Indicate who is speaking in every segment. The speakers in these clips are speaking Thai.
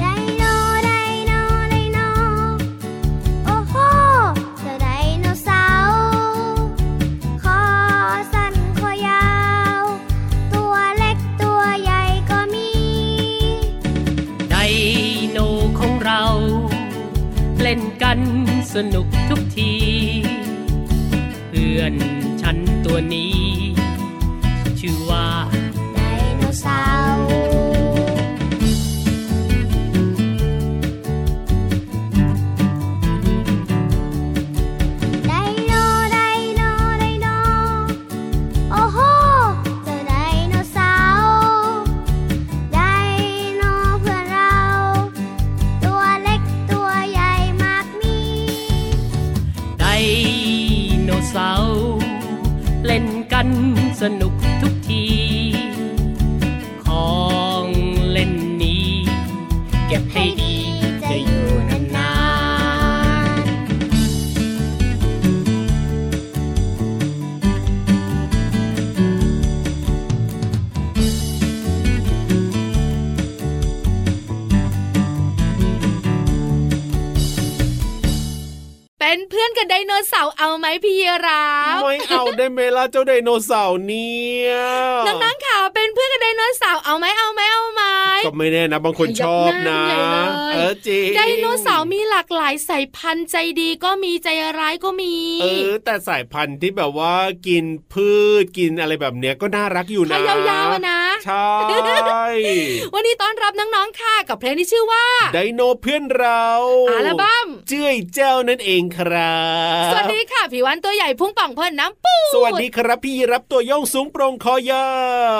Speaker 1: ไดโนไดโนไดโนโอ้โหเจ้าไดโนเสาร์คอสั้นคอยาว ตัวเล็กตัวใหญ่ก็มี
Speaker 2: ไดโนของเรา เล่นกันสนุกทุกที เพื่อนฉันตัวนี้ ชื่อว่า
Speaker 1: ไดโนเสาร์ไดโนไดโนไดโน โอ้โห เจ้าไดโนเสาร์ไดโนเพื่อนเรา ตัวเล็กตัวใหญ่มากมี
Speaker 2: ไดโนเสาร์เล่นกันสนุกทุกที ของเล่นนี้ เก็บให้ดีจะอยู่นานๆ
Speaker 3: เป็นเพื่อนกับไดโนเสาร์เอาไหมพี่ยีราฟ
Speaker 4: ไม่เอาได้ไหมล่ะเจ้าไดโนเสาร์เนี่ย
Speaker 3: น้องๆค่ะเป็นเพื่อนกับไดโนเสาร์เอาไหมเอาไหมเอาไหม
Speaker 4: ก็ไม่แน่นะบางคนชอบนะ
Speaker 3: ขยับหน้าใหญ่เลย
Speaker 4: เออจริง
Speaker 3: ไดโนเสาร์มีหลากหลายสายพันธุ์ใจดีก็มีใจร้ายก็มี
Speaker 4: เออ แต่สายพันธุ์ที่แบบว่ากินพืชกินอะไรแบบเนี้ยก็น่ารักอยู่นะ
Speaker 3: ถ้ายาวๆอะนะ
Speaker 4: ใช่
Speaker 3: วันนี้ต้อนรับน้องๆค่ะกับเพลงที่ชื่อว่า
Speaker 4: ไดโนเพื่อนเรา
Speaker 3: อัลบั้ม
Speaker 4: เจ้ยเจ้านั่นเองครับ
Speaker 3: สวัสดีค่ะผิววันตัวใหญ่พุ่งป่องเพิ่นน้ำปูด
Speaker 4: สวัสดีครับพี่รับตัวโย่องสูงโปรงคอยา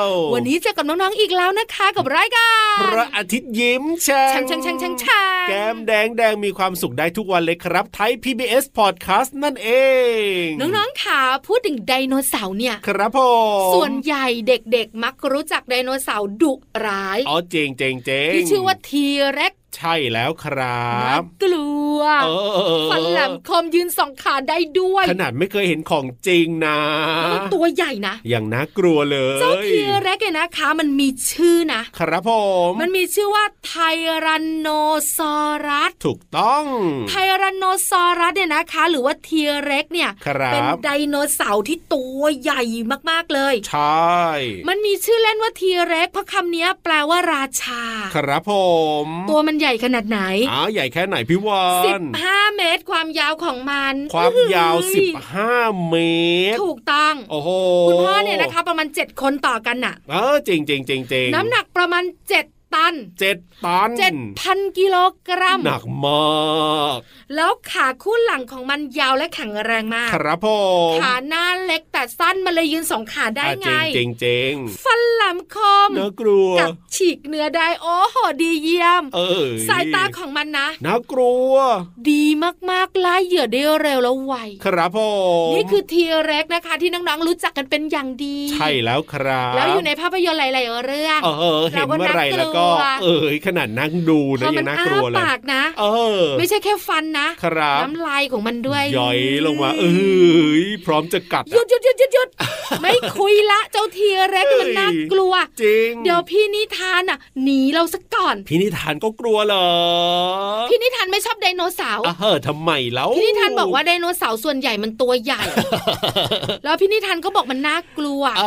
Speaker 4: ว
Speaker 3: วันนี้เจอกับน้องๆอีกแล้วนะคะกับรายการ
Speaker 4: พระอาทิตย์ยิ้ม
Speaker 3: ชั
Speaker 4: ช่าง
Speaker 3: ชังชังชังชง
Speaker 4: แก้มแดงแดงมีความสุขได้ทุกวันเลยครับ ไทย PBS Podcast นั่นเอง
Speaker 3: น้องๆค่ะพูดถึงไดโนเสาร์เนี่ย
Speaker 4: ครับผม
Speaker 3: ส่วนใหญ่เด็กๆ มักรู้จักไดโนเสาร์ดุร้าย
Speaker 4: อ๋อเจงเจงเจง
Speaker 3: ที่ชื่อว่าทีเร็ก
Speaker 4: ใช่แล้วครับ
Speaker 3: กลัว
Speaker 4: เออเออเออ
Speaker 3: ฟันแหลมคมยืนสองขาได้ด้วย
Speaker 4: ขนาดไม่เคยเห็นของจริงนะ
Speaker 3: แล้วตัวใหญ่นะ
Speaker 4: อย่างน่ากลัวเลย
Speaker 3: เจ้าทีเร็กเนี่ยนะคะ มันมีชื่อนะ
Speaker 4: ครับผม
Speaker 3: มันมีชื่อว่าไทรันโนซอรัส
Speaker 4: ถูกต้อง
Speaker 3: ไทรันโนซอรัสเนี่ยนะคะ หรือว่าทีเร็กเนี่ย
Speaker 4: ครับ
Speaker 3: เป็นไดโนเสาร์ที่ตัวใหญ่มากๆเลย
Speaker 4: ใช่
Speaker 3: มันมีชื่อเล่นว่าทีเร็กเพราะคำเนี้ยแปลว่าราชา
Speaker 4: ครับผม
Speaker 3: ตัวมันใหญ่ขนาดไหน
Speaker 4: อ้าวใหญ่แค่ไหนพี่วา
Speaker 3: สิ
Speaker 4: น
Speaker 3: บห้าเมตรความยาวของมัน
Speaker 4: ความยาว
Speaker 3: เอ้
Speaker 4: 15 เมตร
Speaker 3: ถูกต้อง
Speaker 4: โอ้โห
Speaker 3: คุณพ่อเนี่ยนะคะ ประมาณ 7 คนต่อกันน่ะ
Speaker 4: เออเจงเจงเจงเจง
Speaker 3: น้ำหนักประมาณ 7 ตัน
Speaker 4: เจ็ดตัน
Speaker 3: 7,000 กิโลกรัม
Speaker 4: หนักมาก
Speaker 3: แล้วขาคู่หลังของมันยาวและแข็งแรงมาก
Speaker 4: ครับผม
Speaker 3: ขาหน้าเล็กแต่สั้นมันเลยยืนสองขาได้
Speaker 4: อ่ะ
Speaker 3: ไง
Speaker 4: เจงเจง
Speaker 3: ฟันหลามคม
Speaker 4: เน่ากลัว
Speaker 3: กับฉีกเนื้อได้โอ้โหดีเยี่ยม
Speaker 4: เออ
Speaker 3: สายตาของมันนะ
Speaker 4: น่ากลัว
Speaker 3: ดีมากๆล่าเหยื่อได้เร็วแล้วไว
Speaker 4: ครับผม
Speaker 3: นี่คือทีเร็กนะคะ ที่น้องๆรู้จักกันเป็นอย่างดี
Speaker 4: ใช่แล้วครับ
Speaker 3: แล้วอยู่ในภาพยนตร์หลายๆเรื่อง
Speaker 4: เออเห็นเมื่อไหร่
Speaker 3: เราก็น่ากลัว
Speaker 4: แล้วก็ เอยขนาดนั่งดู
Speaker 3: พ
Speaker 4: นะ
Speaker 3: อ
Speaker 4: ยั
Speaker 3: มั
Speaker 4: งน่า
Speaker 3: อ้าก
Speaker 4: ลัวเลย
Speaker 3: ปากนะ
Speaker 4: เออ
Speaker 3: ไม่ใช่แค่ฟันนะ
Speaker 4: ครับ
Speaker 3: น้ำลายของมันด้วย
Speaker 4: ย่อยลงมา เอ้ยพร้อมจะกัด
Speaker 3: หยุ
Speaker 4: อะ
Speaker 3: ดหยุดหยุดหยุดห ยุด ไม่คุยละเจ้าทีเร็กมันน่ากลัว
Speaker 4: จริง
Speaker 3: เดี๋ยวพี่นิทานอ่ะหนีเราซะก่อน
Speaker 4: พี่นิทานก็กลัวเหรอ
Speaker 3: พี่นิทานไม่ชอบไดโนเสาร์
Speaker 4: อ่ะเฮ้อทำไมแล้ว
Speaker 3: พี่นิทานบอกว่าไดโนเสาร์ส่วนใหญ่มันตัวใหญ่ แล้วพี่นิทานก็บอกมันน่ากลัว
Speaker 4: เอ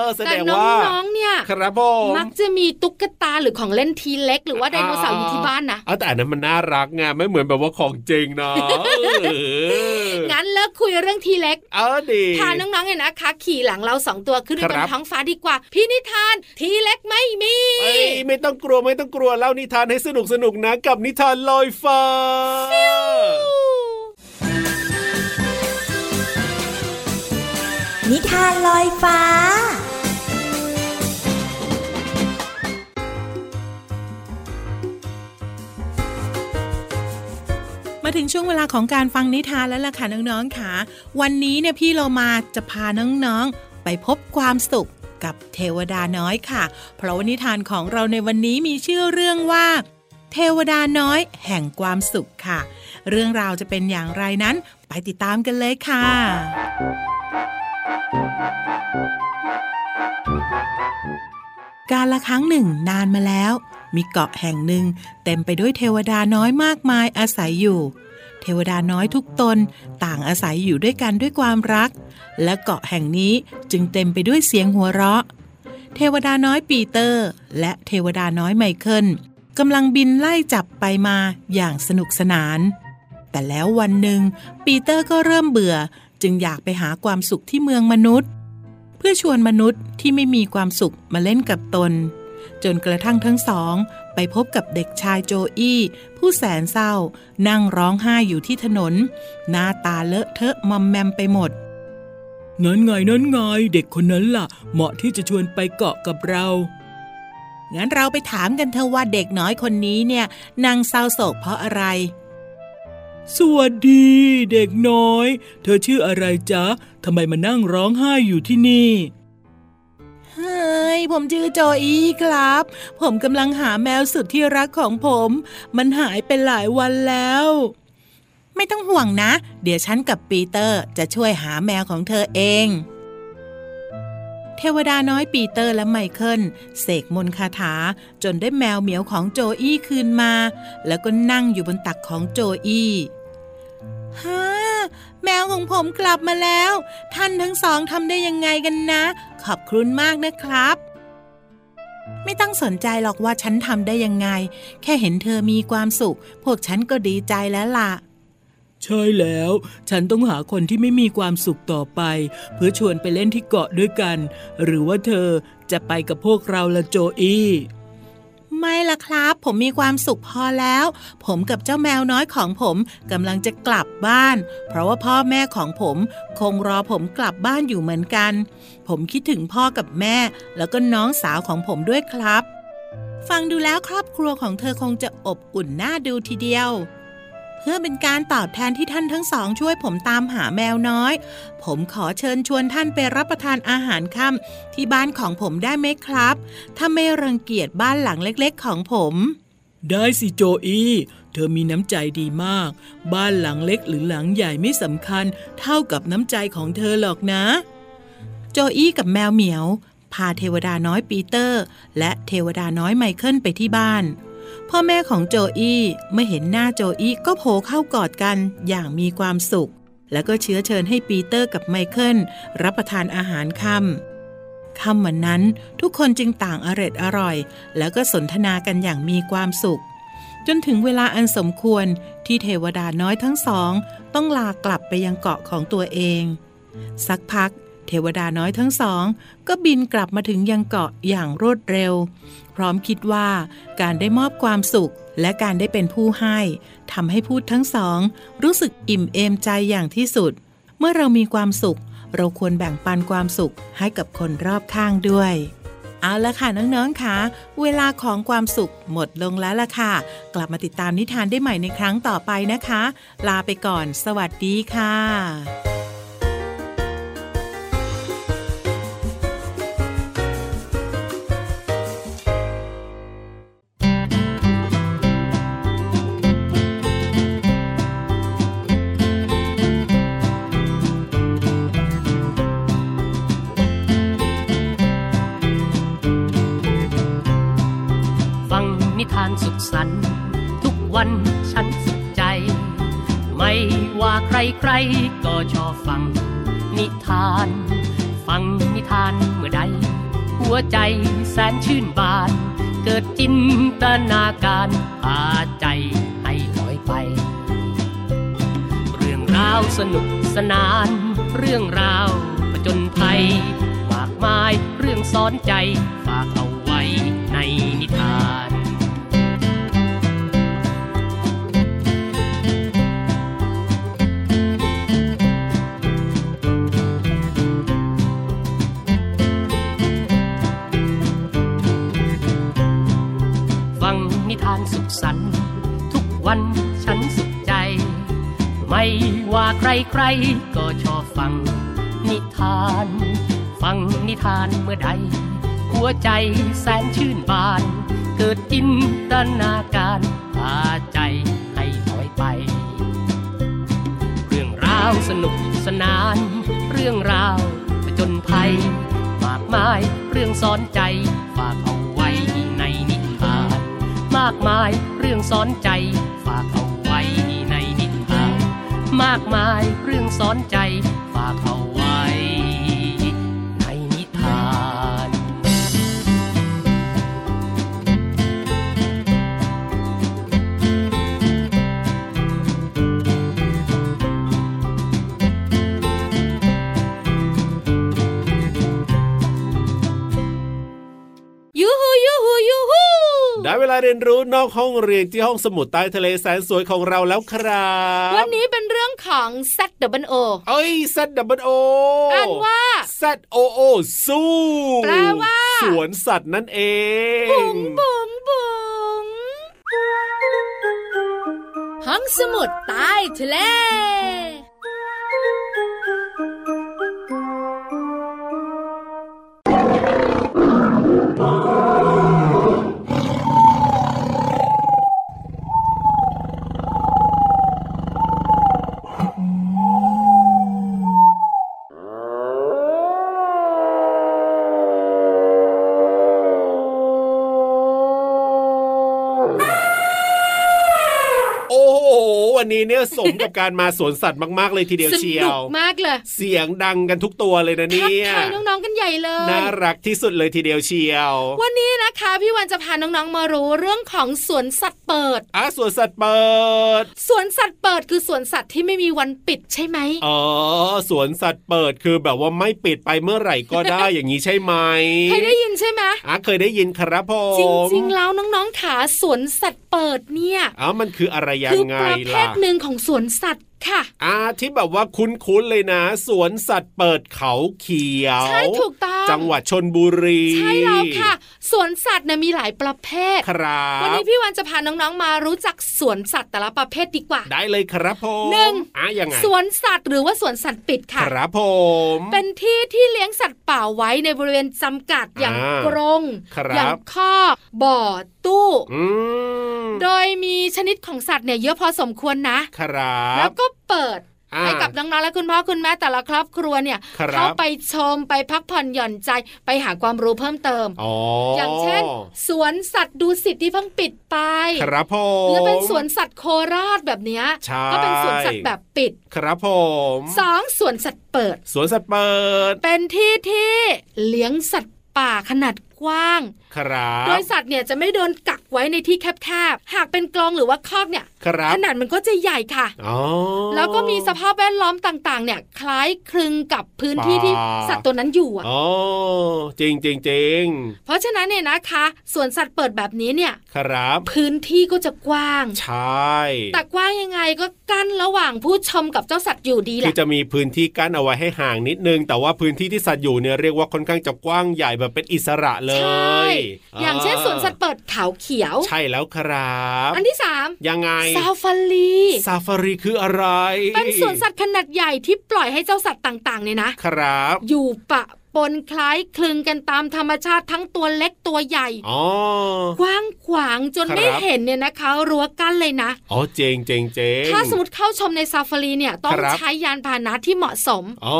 Speaker 4: อแส
Speaker 3: แต่
Speaker 4: ดง
Speaker 3: น
Speaker 4: ว่า
Speaker 3: ้องๆเนี่ย
Speaker 4: ครับผม
Speaker 3: มักจะมีตุ๊กตาหรือของเล่นทีเล็ก หรือว่าไดโนเสาร์อยู่ที่บ้านนะ
Speaker 4: เออแต่อันนั้นมันน่ารักไงไม่เหมือนแบบว่าของจริงนะเออ
Speaker 3: งั้นเลิกคุยเรื่องทีเล็ก
Speaker 4: เออดี
Speaker 3: พาน้องๆเนี่ยนะคะ ขี่หลังเราสองตัวขึ้นไปบ
Speaker 4: ครั
Speaker 3: น
Speaker 4: บ
Speaker 3: ท้องฟ้าดีกว่า พี่นิทานทีเล็กไม่มี
Speaker 4: เอ้ยไม่ต้องกลัวไม่ต้องกลัวเล่านิทานให้สนุกสนุกนะ กับนิทานลอยฟ้า
Speaker 5: นิทานลอยฟ้า
Speaker 2: ม
Speaker 6: มาถึงช่วงเวลาของการฟังนิทานแล้วล่ะค่ะน้องๆค่ะ วันนี้เนี่ยพี่เรามาจะพาน้องๆ ไปพบความสุขกับเทวดาน้อยค่ะ เพราะว่านิทานของเราในวันนี้มีชื่อเรื่องว่า เทวดาน้อยแห่งความสุขค่ะ เรื่องราวจะเป็นอย่างไรนั้น ไปติดตามกันเลยค่ะ การละครั้งหนึ่งนานมาแล้ว มีเกาะแห่งหนึ่ง เต็มไปด้วยเทวดาน้อยมากมายอาศัยอยู่ เทวดาน้อยทุกตนต่างอาศัยอยู่ด้วยกันด้วยความรัก และเกาะแห่งนี้จึงเต็มไปด้วยเสียงหัวเราะ เทวดาน้อยปีเตอร์ และเทวดาน้อยไมเคิลกำลังบินไล่จับไปมาอย่างสนุกสนาน แต่แล้ววันหนึ่ง ปีเตอร์ก็เริ่มเบื่อ จึงอยากไปหาความสุขที่เมืองมนุษย์ เพื่อชวนมนุษย์ที่ไม่มีความสุขมาเล่นกับตน จนกระทั่งทั้งสอง ไปพบกับเด็กชายโจอี้ ผู้แสนเศร้า นั่งร้องไห้อยู่ที่ถนน หน้าตาเลอะเทอะมอมแมมไปหมด
Speaker 7: นั้นไงนั้นไงเด็กคนนั้นล่ะ เหมาะที่จะชวนไปเกาะกับเรา
Speaker 6: งั้นเราไปถามกันเธอะว่าเด็กน้อยคนนี้เนี่ยนั่งเศร้าโศกเพราะอะไร
Speaker 7: สวัสดี เด็กน้อย เธอชื่ออะไรจ๊ะทำไมมานั่งร้องไห้อยู่ที่นี่
Speaker 6: เฮ้ย ผมชื่อโจอี้ครับ ผมกำลังหาแมวสุดที่รักของผม มันหายไปหลายวันแล้ว ไม่ต้องห่วงนะ เดี๋ยวฉันกับปีเตอร์จะช่วยหาแมวของเธอเอง เทวดาน้อยปีเตอร์และไมเคิลเสกมนต์คาถา จนได้แมวเหมียวของโจอี้คืนมา แล้วก็นั่งอยู่บนตักของโจอี้ฮ่า แมวของผมกลับมาแล้ว ท่านทั้งสองทำได้ยังไงกันนะ ขอบคุณมากนะครับ ไม่ต้องสนใจหรอกว่าฉันทำได้ยังไง แค่เห็นเธอมีความสุข พวกฉันก็ดีใจแล้วล่ะ
Speaker 7: ใช่แล้ว ฉันต้องหาคนที่ไม่มีความสุขต่อไป เพื่อชวนไปเล่นที่เกาะด้วยกัน หรือว่าเธอจะไปกับพวกเราละโจอี้
Speaker 6: ไม่ละครับ ผมมีความสุขพอแล้ว ผมกับเจ้าแมวน้อยของผมกำลังจะกลับบ้าน เพราะว่าพ่อแม่ของผมคงรอผมกลับบ้านอยู่เหมือนกัน ผมคิดถึงพ่อกับแม่ แล้วก็น้องสาวของผมด้วยครับ ฟังดูแล้วครอบครัวของเธอคงจะอบอุ่นน่าดูทีเดียว เพื่อเป็นการตอบแทนที่ท่านทั้งสองช่วยผมตามหาแมวน้อย ผมขอเชิญชวนท่านไปรับประทานอาหารค่ำที่บ้านของผมได้ไหมครับ ถ้าไม่รังเกียจบ้านหลังเล็กๆ ของผม
Speaker 7: ได้สิโจอี้ เธอมีน้ำใจดีมาก บ้านหลังเล็กหรือหลังใหญ่ไม่สำคัญ เท่ากับน้ำใจของเธอหรอกนะ
Speaker 6: โจอี้กับแมวเหมียว พาเทวดาน้อยปีเตอร์ และเทวดาน้อยไมเคิลไปที่บ้าน พ่อแม่ของโจอี้เมื่อเห็นหน้าโจอี้ก็โผล่เข้ากอดกันอย่างมีความสุข แล้วก็เชื้อเชิญให้ปีเตอร์กับไมเคิลรับประทานอาหารค่ำค่ำวันนั้นทุกคนจึงต่างอร็ดอร่อย แล้วก็สนทนากันอย่างมีความสุข จนถึงเวลาอันสมควรที่เทวดาน้อยทั้งสอง ต้องลากลับไปยังเกาะของตัวเอง สักพัก เทวดาน้อยทั้งสอง ก็บินกลับมาถึงยังเกาะอย่างรวดเร็ว พร้อมคิดว่าการได้มอบความสุขและการได้เป็นผู้ให้ทำให้พูดทั้งสอง รู้สึกอิ่มเอมใจอย่างที่สุด เมื่อเรามีความสุข เราควรแบ่งปันความสุขให้กับคนรอบข้างด้วย เอาละค่ะน้องๆค่ะเวลาของความสุขหมดลงแล้วล่ะค่ะ กลับมาติดตามนิทานได้ใหม่ในครั้งต่อไปนะคะ ลาไปก่อน สวัสดีค่ะ
Speaker 2: ฟังนิทานสุขสันต์ทุกวันฉันสุขใจ ไม่ว่าใครใครๆก็ชอบฟังนิทาน ฟังนิทานเมื่อใด หัวใจแสนชื่นบาน เกิดจินตนาการพาใจให้ลอยไป เรื่องราวสนุกสนาน เรื่องราวผจญภัยมากมายเรื่องสอนใจฝากเอาไว้ในนิทาน ฟังนิทานสุขสันต์ทุกวันฉันสุขใจ ใครๆ ก็ชอบฟัง นิทาน ฟังนิทานเมื่อใด หัวใจแสนชื่นบาน เกิดจินตนาการพาใจให้ถอยไป เรื่องราวสนุกสนาน เรื่องราวผจญภัย มากมายเรื่องสอนใจฝากเอาไว้ในนิทาน มากมายเรื่องสอนใจฝากเอาไว้ในนิทาน มากมายเรื่องสอนใจฝากเอาไว้ในนิทาน
Speaker 3: ยูฮูยูฮูยูฮู
Speaker 4: ได้เวลาเรียนรู้นอกห้องเรียนที่ห้องสมุดใต้ทะเลแสนสวยของเราแล้วครั
Speaker 3: วั
Speaker 4: บ
Speaker 3: นนี้เป็นเรื่องของ Z W O
Speaker 4: เอ้ย Z W O
Speaker 3: อ่านว่า
Speaker 4: Z O O สู้
Speaker 3: แปลว่า
Speaker 4: สวนสัตว์นั่นเอง
Speaker 3: บุ๋งบุ๋งบุ๋งห้องสมุดใต้ทะเล
Speaker 4: โอ้โห วันนี้เนี่ยสมกับการมา สวนสัตว์มากๆเลยทีเดียว
Speaker 3: ส
Speaker 4: เชีย
Speaker 3: นุก
Speaker 4: ว
Speaker 3: มากเลย
Speaker 4: เสียงดังกันทุกตัวเลยนะ
Speaker 3: ทัก
Speaker 4: เนี่ย
Speaker 3: ทายน้องๆกันใหญ่เลย
Speaker 4: น่ารักที่สุดเลยทีเดียวเชียว
Speaker 3: วันนี้นะคะพี่วันจะพาน้องๆมารู้เรื่องของสวนสัตว์เปิด
Speaker 4: อ่ะสวนสัตว์เปิด
Speaker 3: สวนสัตว์เปิดคือสวนสัตว์ที่ไม่มีวันปิดใช่ไหม
Speaker 4: อ๋อสวนสัตว์เปิดคือแบบว่าไม่ปิดไปเมื่อไหร่ก็ได้ อย่างนี้ใช่ไหม
Speaker 3: เคยได้ยินใช่ไหม
Speaker 4: อ่ะเคยได้ยินครับผม
Speaker 3: จริงๆแล้วน้องๆขาสวนสัตว์เปิดเนี่ย
Speaker 4: อ๋อมันคืออะไรยั
Speaker 3: คือ
Speaker 4: งไง
Speaker 3: ประเภ
Speaker 4: ล่ะ
Speaker 3: ทหนึ่งของสวนสัตว์ค่ะ
Speaker 4: อ่าที่แบบว่าคุ้นๆเลยนะ สวนสัตว์เปิดเขาเขียว
Speaker 3: ใช่ถูกต้อง
Speaker 4: จังหวัดชนบุรี
Speaker 3: ใช่แล้วค่ะสวนสัตว์เนี่ยมีหลายประเภท
Speaker 4: ครับ
Speaker 3: วันนี้พี่วันจะพาน้องๆมารู้จักสวนสัตว์แต่ละประเภทดีกว่า
Speaker 4: ได้เลยครับผม
Speaker 3: หนึ่ง
Speaker 4: อ่ะยังไง
Speaker 3: สวนสัตว์หรือว่าสวนสัตว์ปิด
Speaker 4: ค
Speaker 3: ค่ะ
Speaker 4: รับผม
Speaker 3: เป็นที่ที่เลี้ยงสัตว์ป่าไว้ในบริเวณจำกัดอย่าง
Speaker 4: อ่าก ก
Speaker 3: รง
Speaker 4: ครับ
Speaker 3: อย่างข้อกบ่อตู้
Speaker 4: อืม
Speaker 3: โดยมีชนิดของสัตว์เนี่ยเยอะพอสมควรนะ
Speaker 4: ครั
Speaker 3: แล้
Speaker 4: บ
Speaker 3: วก็เปิด
Speaker 4: อ่า
Speaker 3: ให้กับน้องๆและคุณพ่อคุณแม่แต่ละครอบครัวเนี่ย
Speaker 4: ครับ
Speaker 3: เข้าไปชมไปพักผ่อนหย่อนใจไปหาความรู้เพิ่มเติม
Speaker 4: อ๋อ
Speaker 3: อ
Speaker 4: อย่าง
Speaker 3: เช่น สวนสัตว์ดูสิตที่เพิ่งปิดไป
Speaker 4: ครับผม
Speaker 3: หรือเป็นสวนสัตว์โคราชแบบเนี้ย
Speaker 4: ใช่
Speaker 3: ก็เป็นสวนสัตว์แบบปิด
Speaker 4: ครับผม
Speaker 3: สองสวนสัตว์เปิด
Speaker 4: สวนสัตว์เปิด
Speaker 3: เป็นที่ที่เลี้ยงสัตว์ป่าขนาดกว้าง
Speaker 4: ครับ
Speaker 3: โดยสัตว์เนี่ยจะไม่โดนกักไว้ในที่แคบๆ หากเป็นกรงหรือว่าคอกเนี่ย
Speaker 4: ครั
Speaker 3: ข
Speaker 4: บ
Speaker 3: นาดมันก็จะใหญ่ค่ะ
Speaker 4: อ๋อ
Speaker 3: แล้วก็มีสภาพแวดล้อมต่างๆ เนี่ยคล้ายคลึงกับพื้นที่
Speaker 4: ป่า
Speaker 3: ที่สัตว์ตัวนั้นอยู่อะ
Speaker 4: อ๋อจริงจริงจริง
Speaker 3: เพราะฉะนั้นเนี่ยนะคะสวนสัตว์เปิดแบบนี้เนี่ย
Speaker 4: ครับ
Speaker 3: พื้นที่ก็จะกว้าง
Speaker 4: ใช่
Speaker 3: แต่กว้างยังไงก็กั้นระหว่างผู้ชมกับเจ้าสัตว์อยู่ดีแห
Speaker 4: คื
Speaker 3: ละ
Speaker 4: อจะมีพื้นที่กั้นเอาไว้ให้ห่างนิดนึง แต่ว่าพื้นที่ที่สัตว์อยู่เนี่ยเรียกว่าค่อนข้างจะกว้างใหญ่แบบเป็นอิสระเล
Speaker 3: ใช่
Speaker 4: ย
Speaker 3: อย่างเช่นสวนสัตว์เปิดเขาเขียว
Speaker 4: ใช่แล้วครับ
Speaker 3: อันที่สาม
Speaker 4: ยังไง
Speaker 3: ซาฟารี
Speaker 4: ซาฟารีคืออะไร
Speaker 3: เป็นสวนสัตว์ขนาดใหญ่ที่ปล่อยให้เจ้าสัตว์ต่างๆเนี่ยนะ
Speaker 4: ครับ
Speaker 3: อยู่ปะปนคล้ายคลึงกันตามธรรมชาติทั้งตัวเล็กตัวใหญ่
Speaker 4: อ๋อ
Speaker 3: กว้างขวางจน
Speaker 4: ครับ
Speaker 3: ไม่เห็นเนี่ยนะคะรั้วกั้นเลยนะ
Speaker 4: อ๋อเจงเจงเจง
Speaker 3: ถ้าสมมติเข้าชมในซาฟารีเนี่ยต้อง
Speaker 4: ครับ
Speaker 3: ใช้ยานพาหนะที่เหมาะสม
Speaker 4: อ๋อ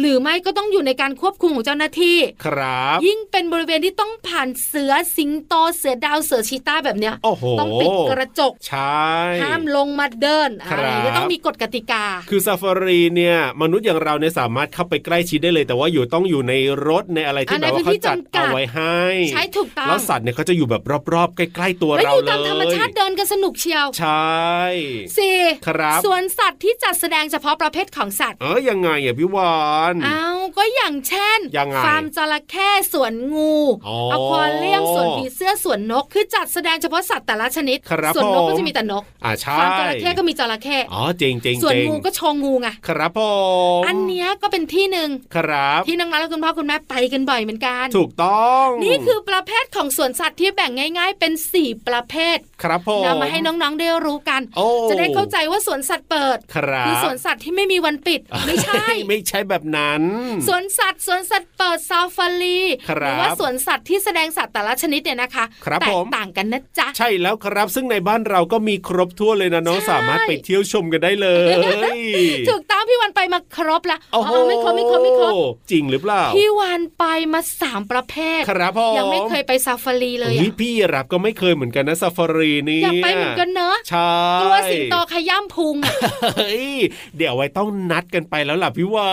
Speaker 3: หรือไม่ก็ต้องอยู่ในการควบคุมของเจ้าหน้าที่
Speaker 4: ครับ
Speaker 3: ยิ่งเป็นบริเวณที่ต้องผ่านเสือสิงโตเสือดาวเสือชีต้าแบบเนี้ย
Speaker 4: โอ้โห
Speaker 3: ต้องปิดกระจก
Speaker 4: ใช่
Speaker 3: ห้ามลงมาเดิน
Speaker 4: ครับ
Speaker 3: อะไรก็ต้องมีกฎกติกา
Speaker 4: คือซาฟารีเนี่ยมนุษย์อย่างเราเนี่ยสามารถเข้าไปใกล้ชิดได้เลย แต่ว่าอยู่ต้องอยู่ในรถในอะไรที่
Speaker 3: อ่ะ
Speaker 4: แบบ
Speaker 3: ในพื้
Speaker 4: ว่าน เขา
Speaker 3: ที่
Speaker 4: จัด
Speaker 3: จำกัด
Speaker 4: เอาไว้ให้
Speaker 3: ใช้ถูกต้อง
Speaker 4: แล้วสัตว์เนี่ยเขาจะอยู่แบบรอบๆ ใกล้ๆตัว
Speaker 3: ไม่
Speaker 4: เรา
Speaker 3: อยู่
Speaker 4: เล
Speaker 3: ตาม
Speaker 4: ย
Speaker 3: ธรรมชาติเดินกันสนุกเชียว
Speaker 4: ใช่
Speaker 3: สี่
Speaker 4: ครับ
Speaker 3: สวนสัตว์ที่จัดแสดงเฉพาะประเภทของสัตว์
Speaker 4: เออยังไงอ่ะพี่วาน
Speaker 3: อ้าว ก็อย่างเช่น
Speaker 4: ยังไง
Speaker 3: ฟาร์มจระเข้สวนงู
Speaker 4: อ๋ออ
Speaker 3: ควาเรียมสวนผีเสื้อสวนนก คือจัดแสดงเฉพาะสัตว์แต่ละชนิด
Speaker 4: ครับ
Speaker 3: สวนนก
Speaker 4: ผม
Speaker 3: ก็จะมีแต่นก
Speaker 4: อ่าใช่
Speaker 3: ฟาร์มจระเข้ก็มีจระเข้
Speaker 4: อ๋อเจ๋งเจ๋ง
Speaker 3: ส่วน
Speaker 4: เจ๋ง
Speaker 3: งูก็โชว์งูไง
Speaker 4: ครับผม
Speaker 3: อันเนี้ยก็เป็นที่หนึ่ง
Speaker 4: ครับ
Speaker 3: ที่น้องๆและคุณพ่อคุณแม่ไปกันบ่อยเหมือนกัน
Speaker 4: ถูกต้อง
Speaker 3: นี่คือประเภทของสวนสัตว์ที่แบ่งง่าย ๆ เป็น 4 ประเภท
Speaker 4: ครับผม
Speaker 3: นำมาให้น้องๆได้รู้กัน
Speaker 4: โอ้
Speaker 3: จะได้เข้าใจว่าสวนสัตว์เปิด
Speaker 4: ครับ
Speaker 3: คือสวนสัตว์ที่ไม่มีวันปิด ไม่ใช่
Speaker 4: ไม่ใช่แบบนั้น
Speaker 3: สวนสัตว์สวนสัตว์เปิดซาฟารี
Speaker 4: ค
Speaker 3: ห
Speaker 4: รับ
Speaker 3: รือว่าสวนสัตว์ที่แสดงสัตว์แต่ละชนิดเนี่ยนะคะ
Speaker 4: ครับ
Speaker 3: แต
Speaker 4: ผ
Speaker 3: ก
Speaker 4: ม
Speaker 3: ต่างกันนะจ๊ะ
Speaker 4: ใช่แล้วครับ ซึ่งในบ้านเราก็มีครบทั่วเลยนะน้อง
Speaker 3: ใช่
Speaker 4: สามารถไปเที่ยวชมกันได้เลย
Speaker 3: ถูกตามพี่วันไปมาครบละ
Speaker 4: โอ้โห
Speaker 3: ไม่ครบไม่ครบไม่ครบ
Speaker 4: จริงหรือเปล่า
Speaker 3: พี่วันไปมาสามประเภท
Speaker 4: ครับผม
Speaker 3: ยังไม่เคยไปซาฟารีเลย
Speaker 4: อุ๊
Speaker 3: อะ
Speaker 4: พี่รับก็ไม่เคยเหมือนกันนะซาฟารีนี่
Speaker 3: อยากไปเหมือนกันเนอะ
Speaker 4: ใช่
Speaker 3: กลัวสิงโตขย้ำพุงอะ
Speaker 4: เฮ้ยเดี๋ยวไว้ต้องนัดกันไปแล้วล่ะพี่วั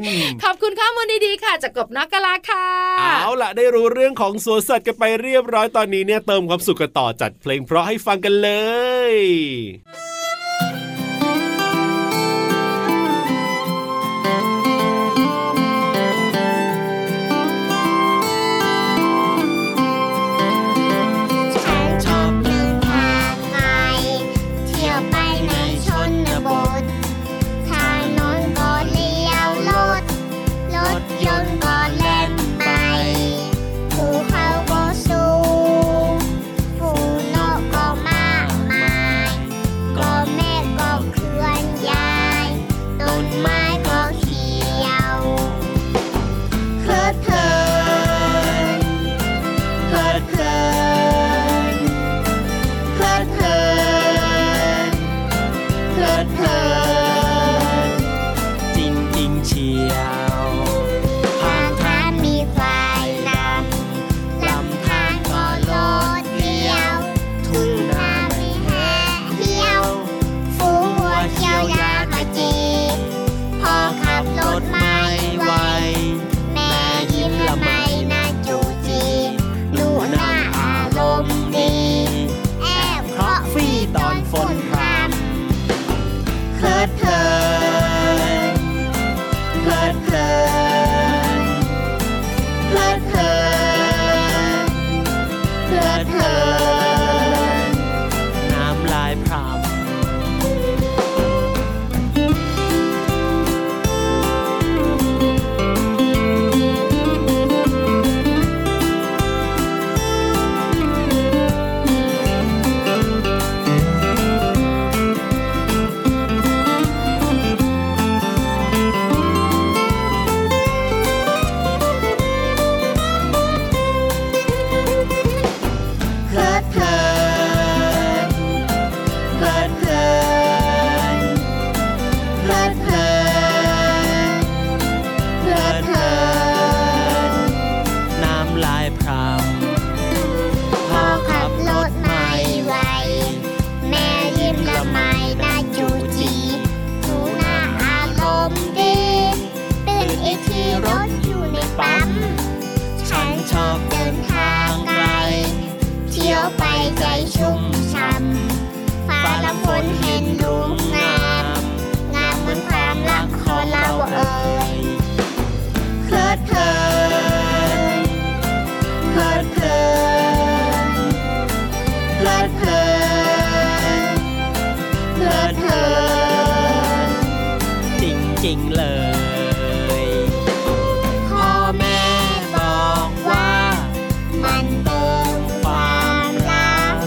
Speaker 4: น
Speaker 3: ขอบคุณข้อมูลดีๆค่ะจากกบนกกะลาค่ะ
Speaker 4: เอาล่ะได้รู้เรื่องของสวนสัตว์กันไปเรียบร้อยตอนนี้เนี่ยเติมความสุขกันต่อจัดเพลงเพราะให้ฟังกันเลย
Speaker 1: ฉันชอบเดินทางไกล เที่ยวไปในชนบท ทางโน้นก็เลี้ยวรถ รถยนต์ก็เล่นไป ภูเขาก็สูงฝูงนกก็มากมาย ก็เมฆก็เคลื่อนย้าย ต้นไม้ก็เขียวเพลิดเพลิน เพลิดเพลินเพลิดเพลินเพลิดเพลิน
Speaker 2: จริงจริงเชียว
Speaker 1: ทางทางมีควายลำลำทางก็โลดเดียว ทุ่งนามีแห่เที่ยว ฝูงวัวเขียวยามาจีบพอขับรถไม่ไหว แม่ยิ้มละไมน่าจูจีดูหน้าอารมณ์ดี แอบเคราะห์ฟรีตอนฝนพรำเพลิดเพลินเพลิดเพลินเพลิดเพลินเพลิดเพลิน
Speaker 2: น้ำลายพราม
Speaker 1: เพลิดเพลินเพลิดเพลินเพลิดเพลินเพลิดเพลิน
Speaker 2: น้ำลายพราม
Speaker 1: พอขับรถไม่ไหว แม่ยิ้มละไมน่าจูจีดูหน้าอารมณ์ดี ตื่นอีกทีรถอยู่ในปั๊ม ฉันชอบเดินทางไกล เที่ยวไปใจชุ่มช่ำฟ้าละฝนเห็นลุงงาม งามเหมือนความรักของเราเอ่ยเพลิดเพลินเพลิดเพลินเพลิดเพลินเพลิดเพลิน
Speaker 2: จริงจริงๆเลย
Speaker 1: พ่อแม่บอกว่า มันเติมความรัก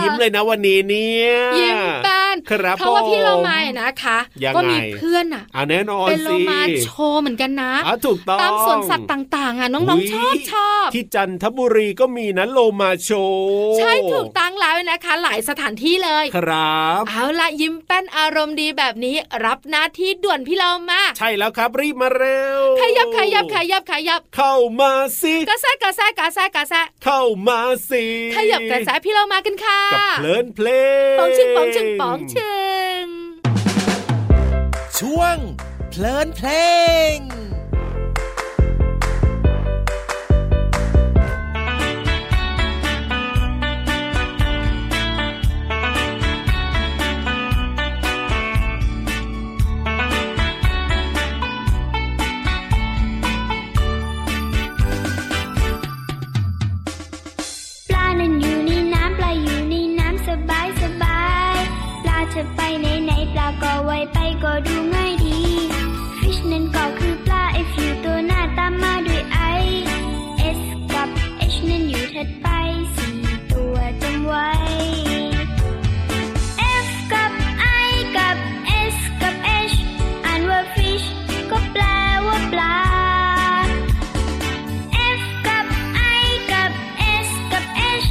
Speaker 4: ยิ้มเลยนะวันนี้เนี่ย
Speaker 3: ยิ้มแป้น
Speaker 4: ครับ
Speaker 3: เพราะว่าพี่โลมา
Speaker 4: ผม
Speaker 3: เนี่ยนะคะ
Speaker 4: ยัง
Speaker 3: ก็มี
Speaker 4: ไง
Speaker 3: เพื่อนอ่ะ
Speaker 4: อ่าแน่นอน
Speaker 3: เป็นโล
Speaker 4: สิ
Speaker 3: มาโชว์เหมือนกันนะ
Speaker 4: อ่ะถูกต้อง
Speaker 3: ตามสวนสัตว์ต่างๆอ่ะน้อง
Speaker 4: ย
Speaker 3: ๆชอบชอบ
Speaker 4: ที่จันทบุรีก็มีนะโลมาโชว์
Speaker 3: ใช่ถูกตั้งแล้วนะคะ หลายสถานที่เลย
Speaker 4: ครับ
Speaker 3: เอาละยิ้มแป้นอารมณ์ดีแบบนี้ รับหน้าที่ด่วนพี่เรามา
Speaker 4: ใช่แล้วครับรีบมาเร็ว
Speaker 3: ขยับขยับขยับขยับ
Speaker 4: เข้ามาสิ
Speaker 3: กระแซะกระแซะกระแซะกระแซะ
Speaker 4: เข้ามาสิ
Speaker 3: ขยับกระแซะพี่เรามากันค่ะ
Speaker 4: กับเพลินเพลง
Speaker 3: ปองชึงปองชึงปองชึง
Speaker 1: ช่วง เพลินเพลง
Speaker 8: ปลานั้นอยู่ในน้ำปลาอยู่ในน้ำสบายสบายปลาจะไปไหนไหนปลาก็ไวไปก็ดูง่ายดี Fish นั้นก็คือปลา F อยู่ตัวหน้าตามมาด้วย I S กับ H นั้นอยู่ถัดไปสี่ตัวจำไว้ F กับ I กับ S กับ H อ่านว่า Fish ก็แปลว่าปลา F กับ I กับ S กับ H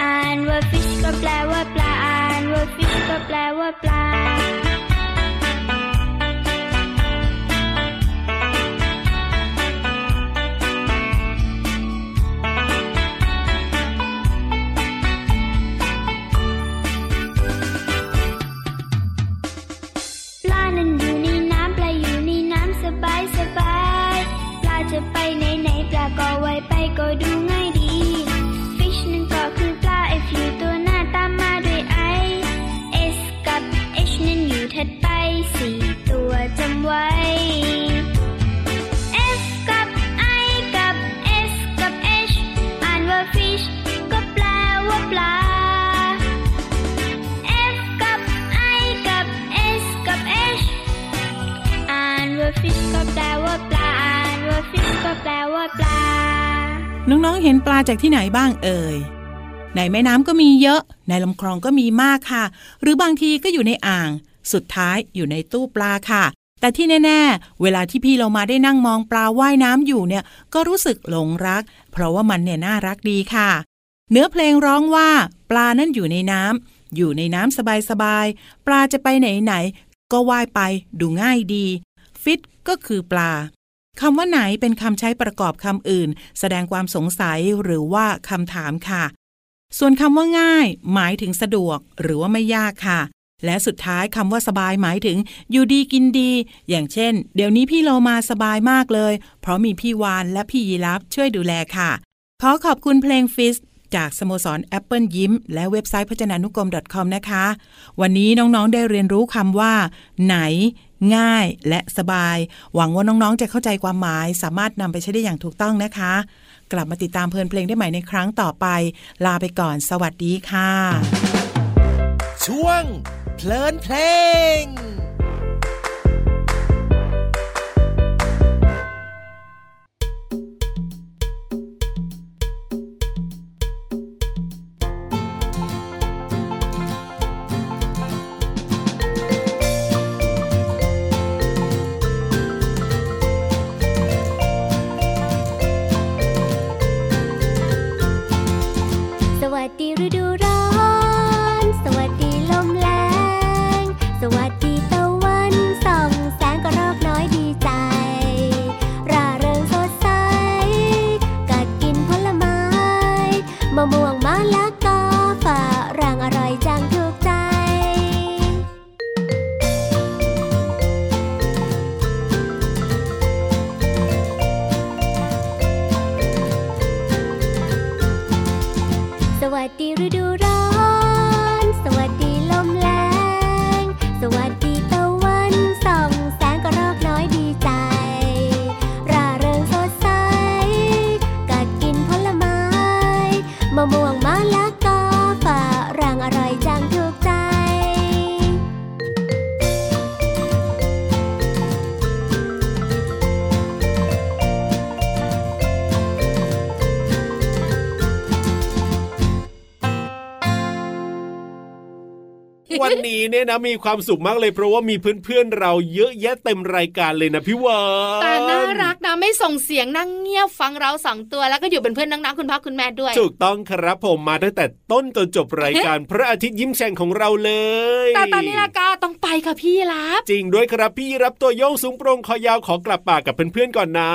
Speaker 8: อ่านว่า fish ก็แปลว่าปลา อ่านว่า fish ก็แปลว่าปลา ปลานั้นอยู่ในน้ำปลาอยู่ในน้ำสบายสบาย ปลาจะไปไหนไหนปลาก็ไวไปก็ดูง่ายดี Fish นั้นก็คือปลา F อยู่ตัวหน้าตามมาด้วย I S กับ H นั้นอยู่ถัดไปสี่ตัวจำไว้ F กับ I กับ S กับ H อ่านว่า Fish ก็แปลว่าปลา F กับ I กับ S กับ H อ่านว่า fish ก็แปลว่าปลา อ่านว่า fish ก็แปลว่าปลา
Speaker 6: น้องๆ เห็นปลาจากที่ไหนบ้างเอ่ย ในแม่น้ำก็มีเยอะ ในลำคลองก็มีมากค่ะ หรือบางทีก็อยู่ในอ่าง สุดท้ายอยู่ในตู้ปลาค่ะ แต่ที่แน่ ๆ เวลาที่พี่เรามาได้นั่งมองปลาว่ายน้ำอยู่เนี่ย ก็รู้สึกหลงรัก เพราะว่ามันเนี่ยน่ารักดีค่ะ เนื้อเพลงร้องว่า ปลานั่นอยู่ในน้ำอยู่ในน้ำสบายๆ ปลาจะไปไหนๆ ก็ว่ายไปดูง่ายดี ฟิตก็คือปลา คำว่าไหนเป็นคำใช้ประกอบคำอื่น แสดงความสงสัยหรือว่าคำถามค่ะ ส่วนคำว่าง่าย หมายถึงสะดวกหรือว่าไม่ยากค่ะ และสุดท้ายคำว่าสบายหมายถึง อยู่ดีกินดี อย่างเช่น เดี๋ยวนี้พี่เรามาสบายมากเลย เพราะมีพี่วานและพี่ยีรับช่วยดูแลค่ะ ขอขอบคุณเพลงฟิสจากสโมสร Apple ยิ้ม และเว็บไซต์พจนานุกรม .com นะคะ วันนี้น้องๆได้เรียนรู้คำว่า ไหน ง่ายและสบาย หวังว่าน้องๆ จะเข้าใจความหมาย สามารถนำไปใช้ได้อย่างถูกต้องนะคะ กลับมาติดตามเพลินเพลงได้ใหม่ในครั้งต่อไป ลาไปก่อน สวัสดีค่ะ
Speaker 1: ช่วง เพลินเพลง
Speaker 8: สวัสดีฤดูร้อน สวัสดีลมแรงสวัสดีตะวันส่องแสงกระรอกน้อยดีใจ ร่าเริงสดใส กัดกินผลไม้ มะม่วงมะละกอฝรั่งอร่อยจังถูกใจ สวัสดีฤดูร้อน สวัสดีลมแรงสวัสดีตะวันส่องแสงกระรอกน้อยดีใจ ร่าเริงสดใส กัดกินผลไม้ มะม่วงมะละกอฝรั่งอร่อยจังถูกใจ ส
Speaker 4: วันนี้เนี่ยนะมีความสุขมากเลยเพราะว่ามีเพื่อนๆเราเยอะแยะเต็มรายการเลยนะพี่วาน
Speaker 3: แต่น่ารักนะไม่ส่งเสียงนั่งเงียบฟังเราสองตัวแล้วก็อยู่เป็นเพื่อนน้องๆคุณพ่อคุณแม่ด้วย
Speaker 4: ถูกต้องครับผมมาตั้งแต่ต้นจนจบราย การ พระอาทิตย์ยิ้มแฉ่งของเราเลย
Speaker 3: แต่ตอนนี้ละก็ต้องไปค่ะพี่รับ
Speaker 4: จริงด้วยครับพี่รับตัวโยงสูงโปรงคอยาวขอกลับป่ากับเพื่อนๆก่อนนะ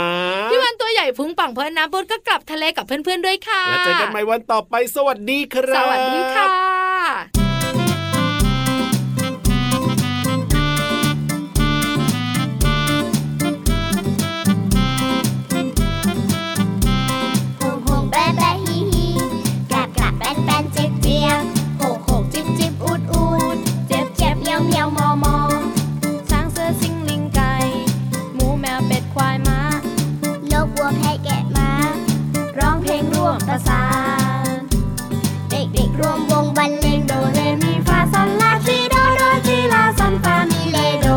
Speaker 3: พี่วันตัวใหญ่พุงป่องเพลินน้ำพุนก็กลับทะเลกับเพื่อนๆด้วยค่ะ
Speaker 4: แล้วเจอกันใหม่วันต่อไปสวัสดีครับ
Speaker 3: สวัสดีค่ะ
Speaker 5: โหงโหงแบะแบะฮีฮีแกลบแกลบแปนแปนเจี๊ยบเจี๊ยบโหกโหกจิ๊บจิ๊บอูดอูดเจ็บเจ็บเมียวเมียวมอมอช้างเสือสิงลิงไก่ หมูแมวเป็ดควายม้าลกวัวแพะแกะม้า ร้องเพลงร่วมประสานเด็กๆรวมวงบรรเลงโดเรมีฟาซอนลาซีโดโดจีลาซันฟามิเลโด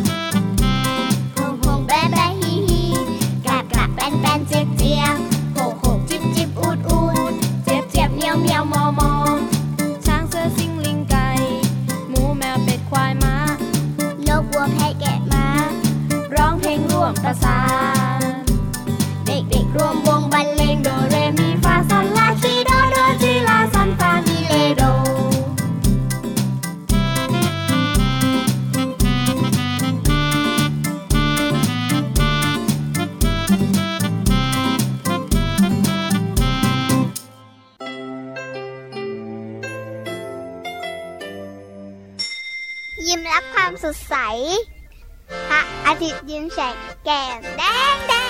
Speaker 5: โฮงโฮงแบะแบะฮีฮีกลับกลับแปนแปนเจี๊ยบเจี๊ยบโหกโหกจิบจิบอูดอูดเจี๊ยบเจี๊ยบเมียวเมียวมอมอช้างเสือสิงลิงไก่ หมูแมวเป็ดควายม้า นกวัวแพะแกะม้า ร้องเพลงร่วมประสาน เด็กๆรวมวงบรรเลงโดเรมีฟาซอนลาซีโดโดจีลาซอนฟามิเลโด ยิ้มรับความสดใส พระอาทิตย์ยิ้มแฉกแก้มแดงแดง